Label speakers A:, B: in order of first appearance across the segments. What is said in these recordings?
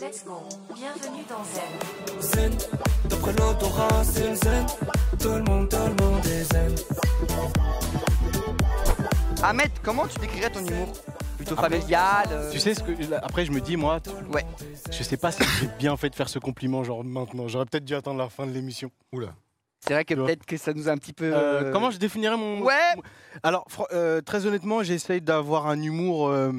A: Let's go. Bienvenue dans Zen.
B: Zen, d'après l'odorat, c'est le zen. Tout le monde, tout le monde est zen.
C: Ahmed, comment tu décrirais ton humour Plutôt familial euh,
D: Tu sais ce que là, après je me dis moi t-
C: Ouais.
D: je sais pas si j'ai bien fait de faire ce compliment genre maintenant j'aurais peut-être dû attendre la fin de l'émission.
C: C'est vrai que
D: tu vois.
C: peut-être que ça nous a un petit peu.
D: Euh,
C: euh,
D: comment je définirais mon
C: Ouais.
D: Alors fr- euh, très honnêtement j'essaye d'avoir un humour euh,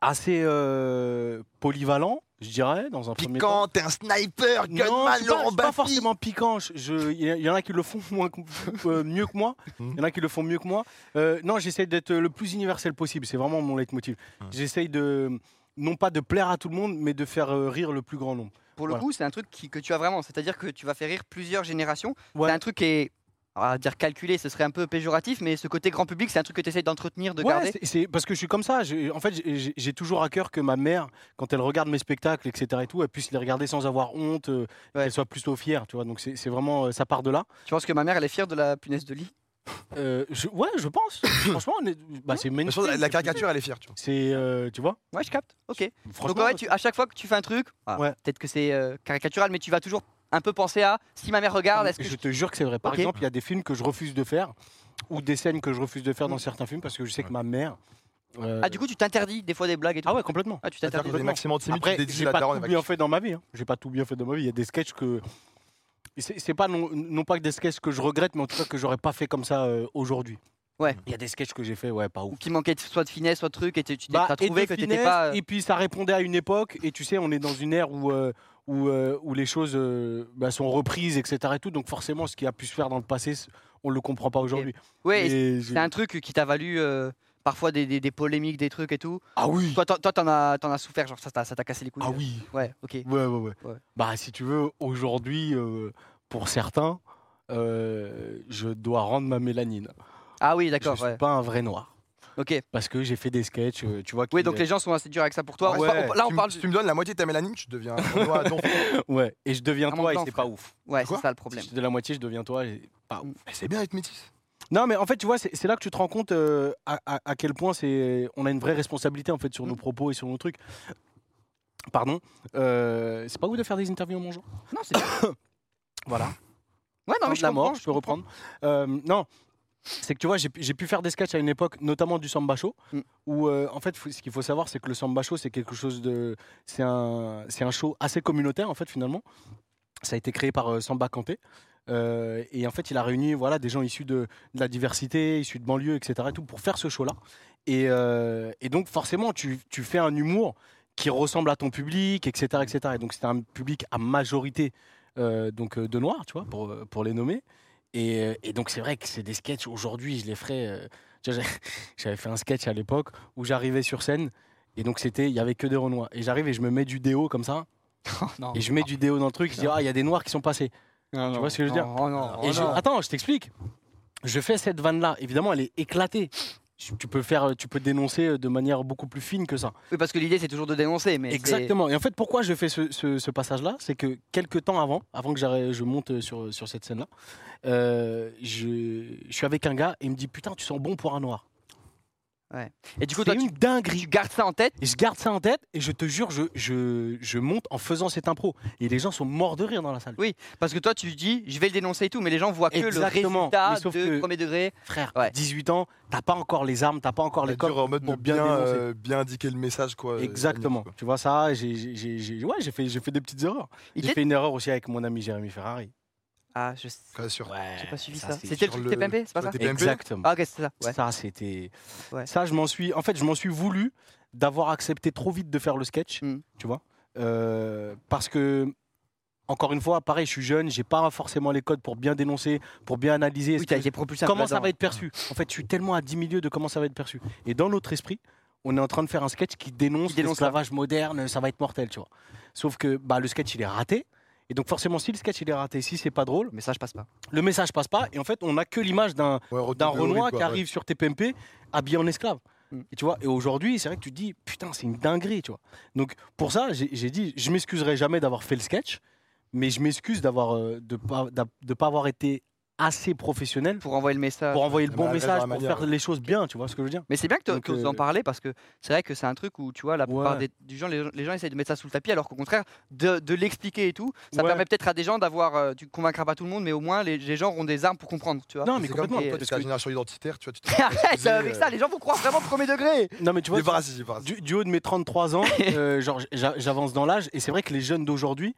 D: assez euh, polyvalent je dirais dans un premier temps.
E: Piquant, t'es un sniper,
D: Non,
E: gunman,
D: c'est pas,
E: Laurent
D: c'est pas
E: Baffy.
D: forcément piquant. Je- je- Il y, a- il y en a qui le font moins que- euh, mieux que moi. Il y en a qui le font mieux que moi. Euh, non, j'essaie d'être le plus universel possible. C'est vraiment mon leitmotiv. J'essaye de non pas de plaire à tout le monde, mais de faire euh, rire le plus grand nombre.
C: Pour le
D: Voilà.
C: coup, c'est un truc qui- que tu as vraiment. C'est-à-dire que tu vas faire rire plusieurs générations.
D: Ouais.
C: C'est un truc qui est. On va dire calculé, ce serait un peu péjoratif, mais ce côté grand public, c'est un truc que tu essayes d'entretenir, de
D: Ouais,
C: garder.
D: c'est- c'est parce que je suis comme ça. J'ai- En fait, j'ai- j'ai- j'ai toujours à cœur que ma mère, quand elle regarde mes spectacles, etc. et tout, elle puisse les regarder sans avoir honte, euh,
C: Ouais.
D: qu'elle soit plutôt fière, tu vois. Donc c'est c'est vraiment euh, ça part de là.
C: Tu penses que ma mère, elle est fière de la punaise de lit
D: Euh, je- ouais, je pense. Franchement, on est- bah, c'est
E: De toute façon,
D: magnifique.
E: la, la caricature, elle est fière, tu vois.
D: C'est euh, tu vois.
C: Ouais, je capte. Ok. Donc,
D: Franchement,
C: ouais, tu- à chaque fois que tu fais un truc, ah,
D: Ouais.
C: peut-être que c'est euh, caricatural, mais tu vas toujours un peu penser à si ma mère regarde, est-ce que.
D: Ah, je te jure que c'est vrai. Par
C: Ok.
D: exemple, il y a des films que je refuse de faire ou des scènes que je refuse de faire dans certains films parce que je sais que ma mère. euh,
C: Mm. Ah, du coup, tu t'interdis des fois des blagues et tout
D: ah ouais, complètement.
C: Ah, tu
E: C'est-à-dire
C: t'interdis.
E: que des maximum de 6 minutes, tu
D: Après,
E: dédies
D: j'ai
E: la
D: pas
E: daronne,
D: tout
E: elle va
D: bien
E: kiffer.
D: fait dans ma vie. hein. J'ai pas tout bien fait dans ma vie. Il y a des sketchs que. C'est c'est pas non, non pas que des sketchs que je regrette, mais en tout cas que j'aurais pas fait comme ça euh, aujourd'hui.
C: Ouais.
D: Il y a des sketchs que j'ai fait, ouais, pas ouf.
C: Ou qui manquait de- soit de finesse, soit de truc, et tu tu t'es-
D: Bah,
C: t'as
D: et
C: trouvé
D: de
C: que t'étais
D: finesse,
C: pas. euh,
D: Et puis ça répondait à une époque, et tu sais, on est dans une ère où, euh, où, euh, où les choses euh, bah, sont reprises, etc. Et tout, donc forcément, ce qui a pu se faire dans le passé, c- on le comprend pas aujourd'hui.
C: Ouais, et
D: Et j'ai-
C: c'est un truc qui t'a valu euh, parfois des, des- des polémiques, des trucs et tout.
D: Ah oui
C: Toi, t'en- toi, t'en as, t'en as souffert, genre ça t'a ça t'a cassé les couilles.
D: Ah
C: euh.
D: oui
C: Ouais, ok.
D: Ouais, ouais, ouais.
C: Ouais.
D: Bah, si tu veux, aujourd'hui, euh, pour certains, euh, je dois rendre ma mélanine.
C: Ah oui,
D: Je
C: d'accord,
D: suis
C: ouais.
D: pas un vrai noir.
C: Ok.
D: Parce que j'ai fait des sketchs, euh, tu vois.
C: Oui,
D: qui-
C: donc les gens sont assez durs avec ça pour toi. On-
D: Ouais.
C: on- là,
E: Tu
C: on
E: me-
C: parle.
E: Si
C: du-
E: tu me donnes la moitié de ta mélanine, je deviens un Renoir à Donf.
D: Ouais, et je deviens
C: Un
D: toi, et
C: blanc,
D: c'est
C: Ah, frère.
D: pas ouf.
C: Ouais, c'est
E: Quoi
C: ça le
D: Si
C: problème. Mm.
D: je te donne la moitié, je deviens toi, et pas ouf.
E: Mais C'est bien d'être métis.
D: Non, mais en fait, tu vois, c'est c'est là que tu te rends compte euh, à, à- à quel point c'est, on a une vraie responsabilité en fait sur nos
C: Mm.
D: propos et sur nos trucs. Pardon, Euh, c'est pas ouf de faire des interviews en mangeant. Ah,
C: Non, c'est bien.
D: Voilà.
C: Ouais, non, mais je
D: la
C: comprends,
D: mort, je peux
C: comprends.
D: reprendre. Euh, non, c'est que tu vois, j'ai pu j'ai pu faire des sketchs à une époque, notamment du samba show,
C: Mm.
D: où euh, en fait, faut- ce qu'il faut savoir, c'est que le samba show, c'est quelque chose de, c'est un, c'est un show assez communautaire en fait finalement. Ça a été créé par euh, Samba Kanté. Euh, et en fait, il a réuni voilà des gens issus de, de la diversité, issus de banlieue, etc. Et tout pour faire ce show-là. Et, euh, et donc forcément, tu, tu fais un humour qui ressemble à ton public, etc., etc. Et donc c'était un public à majorité euh, donc euh, de noirs, tu vois, pour, euh, pour les nommer. Et, euh, et donc c'est vrai que c'est des sketchs. Aujourd'hui, je les ferais. euh, tu vois, j'ai- J'avais fait un sketch à l'époque où j'arrivais sur scène et donc c'était il y avait que des renois. Et j'arrive et je me mets du déo comme ça
C: non.
D: et je mets du déo dans le truc. Je dis ah il y a des noirs qui sont passés.
C: Non,
D: Tu
C: non,
D: vois ce que je veux
C: non,
D: dire
C: oh non,
D: Et
C: oh
D: je-
C: non.
D: attends, je t'explique. Je fais cette vanne là. Évidemment, elle est éclatée. Je- Tu peux faire, euh, tu peux dénoncer de manière beaucoup plus fine que ça.
C: Oui, parce que l'idée, c'est toujours de dénoncer, mais. c'est-
D: Exactement. Et en fait, pourquoi je fais ce, ce- ce passage-là C'est que quelques temps avant, avant que j'arrête- je monte sur, sur cette scène-là, euh, je, je suis avec un gars et il me dit Putain, tu sens bon pour un noir.
C: Et du coup,
D: C'est
C: toi, tu,
D: une dinguerie.
C: tu gardes ça en tête.
D: Et je garde ça en tête et je te jure, je, je, je monte en faisant cette impro. Et les gens sont morts de rire dans la salle.
C: Oui. Parce que toi, tu dis, je vais le dénoncer et tout, mais les gens voient que
D: Exactement,
C: le résultat
D: mais sauf
C: de
D: que-
C: premier degré.
D: Frère,
C: Ouais.
D: 18 ans, t'as pas encore les armes, t'as pas encore
E: On
D: les
E: est
D: codes.
E: dur en mode de
D: pour bien
E: bien,
D: dénoncer.
E: euh, bien indiquer le message, quoi. euh,
D: Exactement.
E: quoi.
D: Tu vois ça J'ai j'ai- j'ai- j'ai- ouais, j'ai fait, j'ai fait des petites erreurs.
C: Il
D: J'ai
C: était-
D: fait une erreur aussi avec mon ami Jérémy Ferrari.
C: Ah, je sais.
E: Quoi, sur-
D: Ouais,
C: J'ai pas suivi ça.
D: c'est-
C: C'était le
E: sur
C: truc
E: le-
C: TPMP, c'est pas ça
E: sur le TPMP.
D: Exactement.
C: Ah, ok, c'est ça. Ouais.
D: Ça, c'était.
C: Ouais.
D: Ça, je m'en suis. En fait, je m'en suis voulu d'avoir accepté trop vite de faire le sketch,
C: Mm.
D: tu vois. Euh, parce que, encore une fois, pareil, je suis jeune, j'ai pas forcément les codes pour bien dénoncer, pour bien analyser.
C: Oui,
D: ce que-
C: t'as été propulsé un peu
D: comment ça
C: là-dedans.
D: va être perçu En fait, je suis tellement à 10 milieux de comment ça va être perçu. Et dans notre esprit, on est en train de faire un sketch qui dénonce,
C: Qui dénonce ça.
D: l'esclavage moderne, ça va être mortel, tu vois. Sauf que bah, le sketch, il est raté. Et donc, forcément, si le sketch, il est raté, si c'est pas drôle,
C: Mais ça, je passe pas.
D: le message passe pas. Et en fait, on a que l'image d'un
E: Ouais, retour
D: d'un
E: de
D: Renoir
E: Hobbit,
D: qui
E: quoi,
D: arrive sur TPMP habillé en esclave.
C: Mm.
D: Et tu vois, et aujourd'hui, c'est vrai que tu te dis, putain, c'est une dinguerie, tu vois. Donc pour ça, j'ai j'ai dit, je m'excuserai jamais d'avoir fait le sketch, mais je m'excuse d'avoir euh, de pas d'a- de pas avoir été assez professionnel
C: pour envoyer le message.
D: pour envoyer le
E: Ah,
D: bon
E: bah, la
D: message,
E: vraie
D: pour
E: manière,
D: faire les choses bien, tu vois ce que je veux dire
C: Mais c'est bien que, tu
D: Donc,
C: que vous en
D: euh,
C: parlez parce que c'est vrai que c'est un truc où tu vois la plupart
D: Ouais.
C: des, du gens, les, gens- les gens essayent de mettre ça sous le tapis alors qu'au contraire de, de l'expliquer et tout, ça
D: Ouais.
C: permet peut-être à des gens d'avoir, euh, tu convaincras pas tout le monde, mais au moins les, les gens auront des armes pour comprendre, tu vois.
D: Non, mais
E: Ah, C'est comme
D: complètement.
E: quand
C: Et-
E: toi, t'es
D: parce
E: à la
D: que-
E: génération identitaire, tu vois, tu te
C: Arrête avec ça, les gens vont croire vraiment premier degré.
D: Non, mais tu vois,
E: Les parasites, les
C: Ah,
E: parasites.
D: du, du haut de mes 33 ans, euh, genre j'a- j'avance dans l'âge et c'est vrai que les jeunes d'aujourd'hui,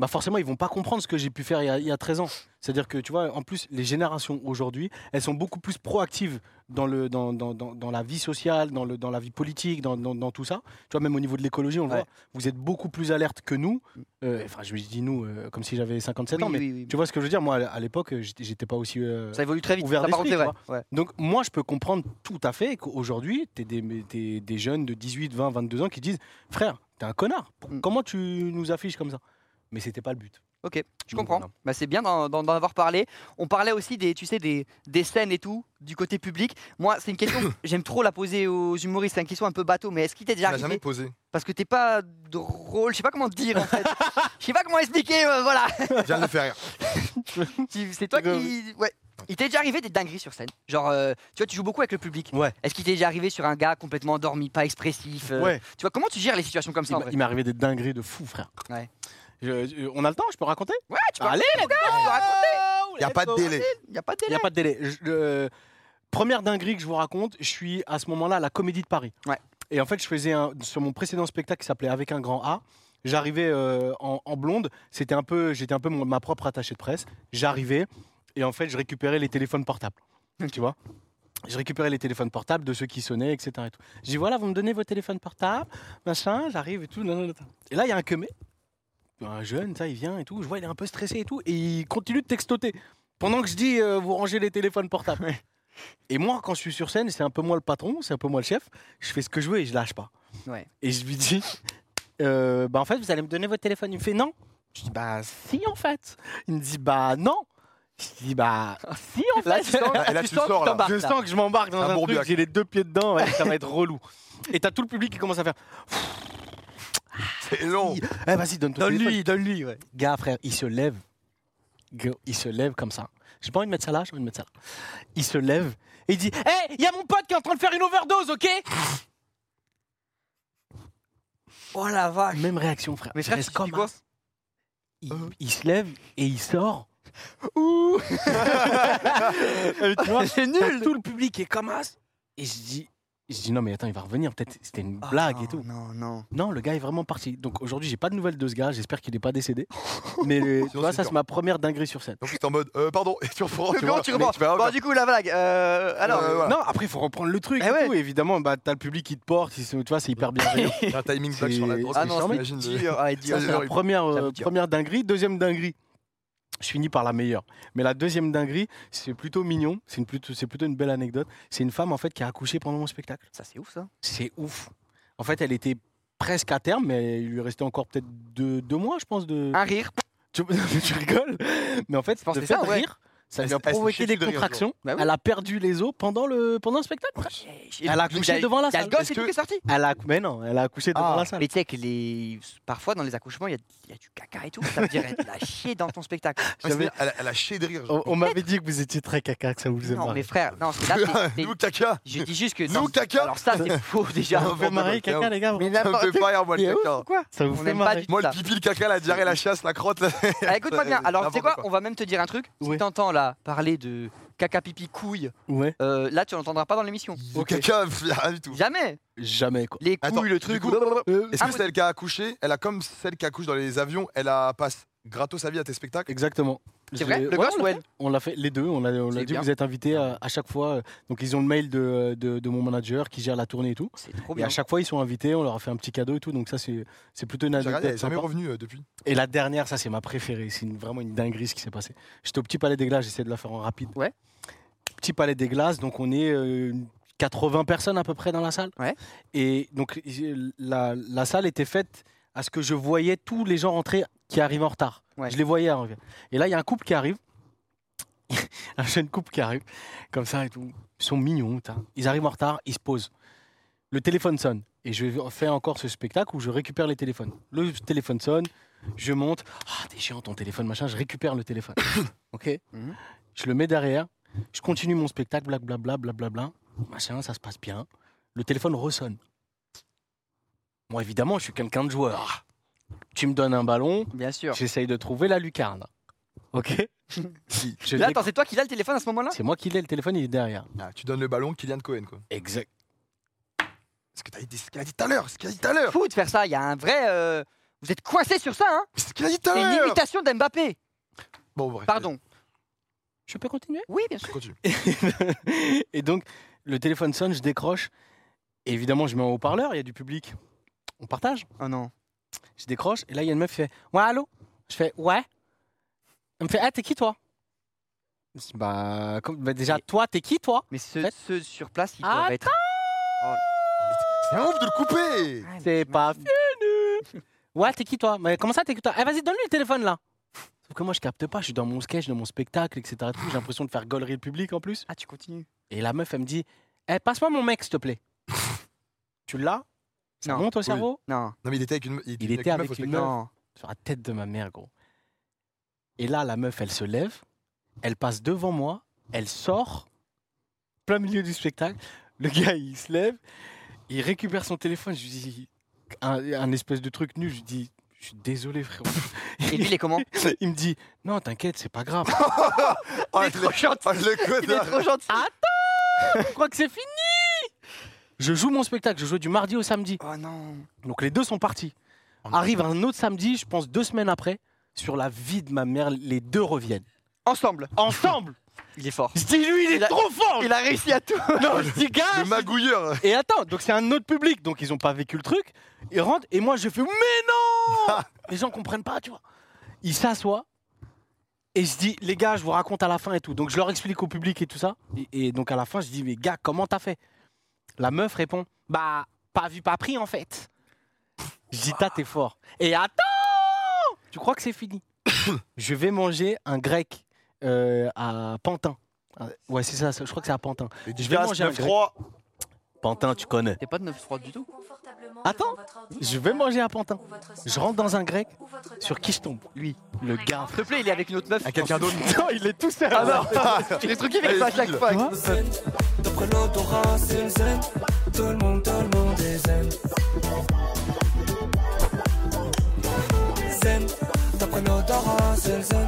D: bah forcément ils vont pas comprendre ce que j'ai pu faire il y a, il y a 13 ans. C'est-à-dire que tu vois, en plus les générations aujourd'hui, elles sont beaucoup plus proactives dans le dans, dans, dans, dans la vie sociale, dans le dans la vie politique, dans, dans, dans tout ça. Tu vois, même au niveau de l'écologie, on le
C: Ouais.
D: voit, vous êtes beaucoup plus alerte que nous. Euh, Enfin, je dis nous euh, comme si j'avais 57
C: Oui,
D: ans, mais
C: oui, oui.
D: tu vois ce que je veux dire. Moi, à l'époque, j'étais j'étais pas aussi euh,
C: Ça évolue très vite.
D: ouvert
C: ça, par contre, c'est
D: d'esprit,
C: vrai. Ouais.
D: donc moi, je peux comprendre tout à fait qu'aujourd'hui, tu des, t'es des jeunes de 18, 20, 22 ans qui disent, frère, t'es un connard, Pour-
C: Mm.
D: comment tu nous affiches comme ça Mais c'était pas le but.
C: Ok, Je
D: Donc,
C: comprends.
D: voilà.
C: Bah, c'est bien d'en, d'en- d'en avoir parlé. On parlait aussi des, tu sais, des, des scènes et tout, du côté public. Moi, c'est une question que j'aime trop la poser aux humoristes, c'est une question un peu bateau, mais est-ce qu'il t'est déjà
E: Tu l'as
C: arrivé
E: jamais posé.
C: Parce que t'es pas drôle, je sais pas comment te dire en fait. Je sais pas comment expliquer, euh, voilà.
E: Viens de le faire rire.
C: Tu- C'est toi qui. Ouais. Il t'est déjà arrivé des dingueries sur scène Genre, euh, tu vois, tu joues beaucoup avec le public.
D: Ouais.
C: Est-ce qu'il t'est déjà arrivé sur un gars complètement endormi, pas expressif euh,
D: Ouais.
C: Tu vois, comment tu gères les situations comme ça
D: Il
C: en
D: m'a-
C: vrai
D: il m'est arrivé des dingueries de fou, frère.
C: Ouais.
D: Je- je- on a le temps, je peux raconter
C: Ouais, tu peux
D: Allez, les gars
E: Y a pas de délai.
C: Il n'y a pas de
D: Il n'y
C: délai.
D: a pas de délai. Je- euh, première dinguerie que je vous raconte, je suis à ce moment-là à la Comédie de Paris.
C: Ouais.
D: Et en fait, je faisais un, sur mon précédent spectacle qui s'appelait Avec un grand A. J'arrivais euh, en, en blonde. C'était un peu, j'étais un peu mon- ma propre attachée de presse. J'arrivais et en fait, je récupérais les téléphones portables. Tu vois. Je récupérais les téléphones portables de ceux qui sonnaient, etc. Et tout. Je dis voilà, vous me donnez vos téléphones portables, machin. J'arrive et tout. nan, nan, nan. Et là, il y a un queumé, un jeune, ça, il vient et tout. Je vois, il est un peu stressé et tout, et il continue de textoter. Pendant que je dis, euh, vous rangez les téléphones portables. Et moi, quand je suis sur scène, c'est un peu moi le patron, c'est un peu moi le chef. Je fais ce que je veux et je lâche pas.
C: Ouais.
D: Et je lui dis, euh, bah en fait, vous allez me donner votre téléphone. Il me fait non. Je dis, bah si en fait. Il me dit, bah non. Je dis, bah si en fait.
C: Là, tu sens,
E: Là, là, tu
C: sens
E: sors,
C: que
E: là.
C: t'embarques,
D: Je sens que je m'embarque dans
E: C'est un
D: un, truc,
E: bourbiac.
D: j'ai les deux pieds dedans, ouais, ça va être relou. Et t'as tout le public qui commence à faire
E: C'est long.
D: Il- Eh vas-y, donne-toi. le téléphone.
C: donne-lui. Ouais.
D: Gars, frère, il se lève. Gars, Il se lève comme ça. J'ai pas envie de mettre ça là, j'ai envie de mettre ça là. Il se lève et il dit Hé, il y a mon pote qui est en train de faire une overdose, ok
C: Oh la vache.
D: Même réaction, frère.
C: Mais
D: Je
C: frère,
D: reste
C: tu dis
D: comme
C: quoi
D: un- il, il se lève et il sort.
C: Ouh,
D: Et tu vois,
C: c'est
D: t'as
C: nul.
D: tout le public qui est comme as. Et je dis, je dis non mais attends, il va revenir. Peut-être c'était une
C: Ah,
D: blague
C: non,
D: et tout.
C: Non, non.
D: Non, le gars est vraiment parti. Donc aujourd'hui, j'ai pas de nouvelles de ce gars. J'espère qu'il n'est pas décédé. mais euh, tu
E: Sinon,
D: vois,
E: c'est
D: ça
E: dur.
D: c'est ma première dinguerie sur scène.
E: Donc, t'es en mode, euh, pardon, et tu reprends.
C: Le grand, Oh, tu reprends. Bon, du coup, la blague. euh, alors,
E: Euh, voilà.
D: Non, après il faut reprendre le truc.
C: Eh
D: et
C: ouais.
D: tout. Évidemment, bah t'as le public qui te porte. ils sont- Tu vois, c'est hyper bien.
E: Il y a un timing black
D: C'est-
E: sur la drogue.
C: ah non, c'est
E: j'imagine. de-
C: dur. ah, dur.
E: Ça,
D: Ça,
E: c'est
D: c'est la
E: horrible.
D: première, euh,
C: Ça me tire.
D: première dinguerie. Deuxième dinguerie, je finis par la meilleure. Mais la deuxième dinguerie, c'est plutôt mignon. C'est une plutôt, c'est plutôt une belle anecdote. C'est une femme en fait qui a accouché pendant mon spectacle.
C: Ça, c'est ouf, ça.
D: C'est ouf. En fait, elle était presque à terme, mais il lui restait encore peut-être deux, deux mois, je pense. De...
C: Un rire.
D: Tu, tu rigoles Mais en fait,
C: pense
D: le
C: que
D: fait
C: c'est ça,
D: de
C: ouais.
D: rire, ça
E: Elle
D: lui a
E: s- elle s'est
D: provoqué
E: chiée
D: des
E: dessus de rire,
D: contractions.
C: Bah oui.
D: Elle a perdu les os pendant le, pendant le spectacle. Elle a accouché devant la
C: Il y a le
D: salle.
C: gosse
D: Est-ce
C: et tout
D: que-
C: qui est sorti.
D: Elle a, mais non, elle a accouché devant
C: Ah,
D: la salle.
C: Mais tu sais que les... parfois dans les accouchements, il y, a- il y a du caca et tout. Ça veut dire être la chier dans ton spectacle.
E: Ouais,
D: J'avais- Oh,
E: c'est-à-dire, Ah, Elle elle a chié de rire.
D: On, on m'avait dit que vous étiez très caca, que ça vous faisait
C: Non,
D: marrer.
C: mais frère, non, c'est là. c'est- c'est-
E: Nous, caca.
C: Je dis juste que.
E: Nous,
C: non,
E: caca.
C: Alors ça, c'est faux déjà.
E: Non,
D: Ça vous fait marrer, caca, les gars
C: Mais
E: Ça me
C: n'importe
E: fait pas rire, moi,
D: Il est
E: le
D: ouf
E: caca.
D: ou quoi Ça vous
C: On
D: fait
C: n'aime pas
D: marrer
C: du tout
E: Moi,
C: ça.
E: le pipi, le caca, la diarrhée, la chasse, la crotte. là.
C: Ah, Écoute-moi bien. Alors, tu sais
E: N'importe
C: quoi
E: quoi.
C: On va même te dire un truc. Si
D: Ouais.
C: t'entends là parler de caca, pipi, couille,
D: Ouais.
C: euh, là, tu l'entendras pas dans l'émission.
E: Le caca, rien du tout.
C: Jamais.
D: Jamais quoi.
C: Les
E: Attends,
C: couilles, le
E: du
C: truc.
E: coup,
D: Euh,
E: Est-ce
C: Ah,
E: que celle qui a accouché, elle a comme celle qui accouche dans les avions, elle a passe gratos sa vie à tes spectacles
D: Exactement.
C: C'est
D: Je
C: vrai
D: l'ai-
C: Le
D: Ouais,
C: gosse
D: on
C: ou
D: l'a
C: elle
D: fait. On l'a fait les deux. On l'a on l'a
C: C'est
D: dit.
C: bien.
D: Vous êtes invités à, à chaque fois. Donc ils ont le mail de, de, de mon manager qui gère la tournée et tout.
C: C'est trop
D: Et
C: bien.
D: à chaque fois ils sont invités. On leur a fait un petit cadeau et tout. Donc ça c'est c'est plutôt une
E: J'ai regardé, elle
D: anecdote.
E: est jamais
D: sympa.
E: revenue euh, depuis.
D: Et la dernière, ça c'est ma préférée, c'est une- vraiment une dinguerie ce qui s'est passé. J'étais au petit palais des glaces, j'essaie de la faire en rapide.
C: Ouais.
D: Petit palais des glaces, donc on est euh, une- 80 personnes à peu près dans la salle.
C: Ouais.
D: Et donc euh, la, la salle était faite à ce que je voyais tous les gens rentrer qui arrivent en retard.
C: Ouais.
D: Je les voyais arriver. Et là, il y a un couple qui arrive, un jeune couple qui arrive, comme ça et tout. Ils sont mignons, putain. ils arrivent en retard, ils se posent. Le téléphone sonne. Et je fais encore ce spectacle où je récupère les téléphones. Le téléphone sonne, je monte. Ah, t'es chiant ton téléphone, machin. Je récupère le téléphone. ok
C: Mhm.
D: je le mets derrière, je continue mon spectacle, blablabla, blablabla, machin, ça se passe bien. Le téléphone ressonne. Moi, évidemment, je suis quelqu'un de joueur. Tu me donnes un ballon,
C: Bien sûr.
D: j'essaye de trouver la lucarne. Ok Je
C: Là,
D: déc-
C: attends, c'est toi qui l'as le téléphone à ce moment-là
D: C'est moi qui l'ai, le téléphone, il est derrière.
E: Ah, tu donnes le ballon Kylian Cohen, quoi.
D: Exact.
E: Ce que t'as dit, ce qu'il a dit tout à l'heure, ce qu'il a dit tout à l'heure,
C: Fou de faire ça. Il y a un vrai. euh, Vous êtes coincé sur ça, hein
E: ce qu'il a dit tout à
C: C'est une
E: l'heure.
C: imitation d'Mbappé.
E: Bon, bref.
C: Pardon.
D: Je peux continuer
C: Oui, bien sûr.
E: Continue.
D: Et donc, le téléphone sonne, je décroche. Et évidemment, je mets en haut-parleur, il y a du public. On partage.
C: Oh non.
D: Je décroche, et là, il y a une meuf qui fait Ouais, allô Je fais Ouais. Elle me fait Ah, t'es qui, toi Je dis, bah, comme- bah, déjà, toi, t'es qui, toi
C: Mais
D: En
C: ceux,
D: fait-
C: ceux sur place, ils
D: Attends
C: doivent être.
E: C'est un ouf de le couper.
C: Ah, mais
D: C'est
C: tu
D: pas
C: m'as-
D: fini Ouais, t'es qui, toi Mais comment ça, t'es qui, toi Eh, vas-y, donne-lui le téléphone, là Sauf que moi, je capte pas, je suis dans mon sketch, dans mon spectacle, etc. et tout, J'ai l'impression de faire gaulerie le public en plus.
C: Ah, tu continues.
D: Et la meuf, elle me dit Eh, passe-moi mon mec, s'il te plaît. tu l'as Ça
C: Non.
D: monte au cerveau
C: Non.
E: Non, mais il était avec une,
D: Il était
E: meuf
D: avec
E: au
D: une
E: spectacle.
D: meuf.
C: Non.
D: sur la tête de ma mère, gros. Et là, la meuf, elle se lève, elle passe devant moi, elle sort, plein milieu du spectacle. Le gars, il se lève, il récupère son téléphone. Je lui dis un, un espèce de truc nu. Je lui dis, je suis désolé, frérot.
C: Et lui, il est comment
D: il me dit, non, t'inquiète, c'est pas grave.
E: Oh,
C: Il est
E: le-
C: trop gentil.
E: oh, le
C: Il est
E: connard.
C: trop gentil.
D: Je crois que c'est fini. Je joue mon spectacle. Je joue du mardi au samedi.
C: Oh non.
D: Donc les deux sont partis.
E: Oh non.
D: Arrive un autre samedi, je pense deux semaines après, sur la vie de ma mère, les deux reviennent
C: Ensemble.
D: ensemble.
C: Il est fort.
D: Je dis lui, il est
C: Il a-
D: trop fort.
C: Il a réussi à tout.
D: Non, je dis, gars,
E: Le magouilleur.
D: Et attends, donc c'est un autre public, donc ils ont pas vécu le truc. Ils rentrent et moi je fais mais non Les gens comprennent pas, tu vois. Ils s'assoient et je dis les gars, je vous raconte à la fin et tout. Donc je leur explique au public et tout ça. Et, et donc à la fin, je dis mais gars, comment t'as fait La meuf répond bah pas vu, pas pris en fait. Je dis t'as t'es fort. Et attends, tu crois que c'est fini Je vais manger un grec euh, à Pantin. Ah, Ouais, c'est ça, ça, je crois que c'est à Pantin. Je vais manger un grec. Pantin, tu connais.
C: T'es pas de 9-3 du tout.
D: Attends, Je vais manger à Pantin. Je rentre dans un grec. Sur qui je tombe
C: Lui.
D: Le gars.
C: S'il te plaît, il est avec une autre meuf.
E: À quelqu'un d'autre. Ah
D: Non, il est tout seul.
C: Les trucs qui avec pas à chaque fois.
D: Quoi
B: D'après l'odorat, c'est le zen. Tout le monde, tout le monde est zen. Zen, d'après l'odorat, c'est le zen.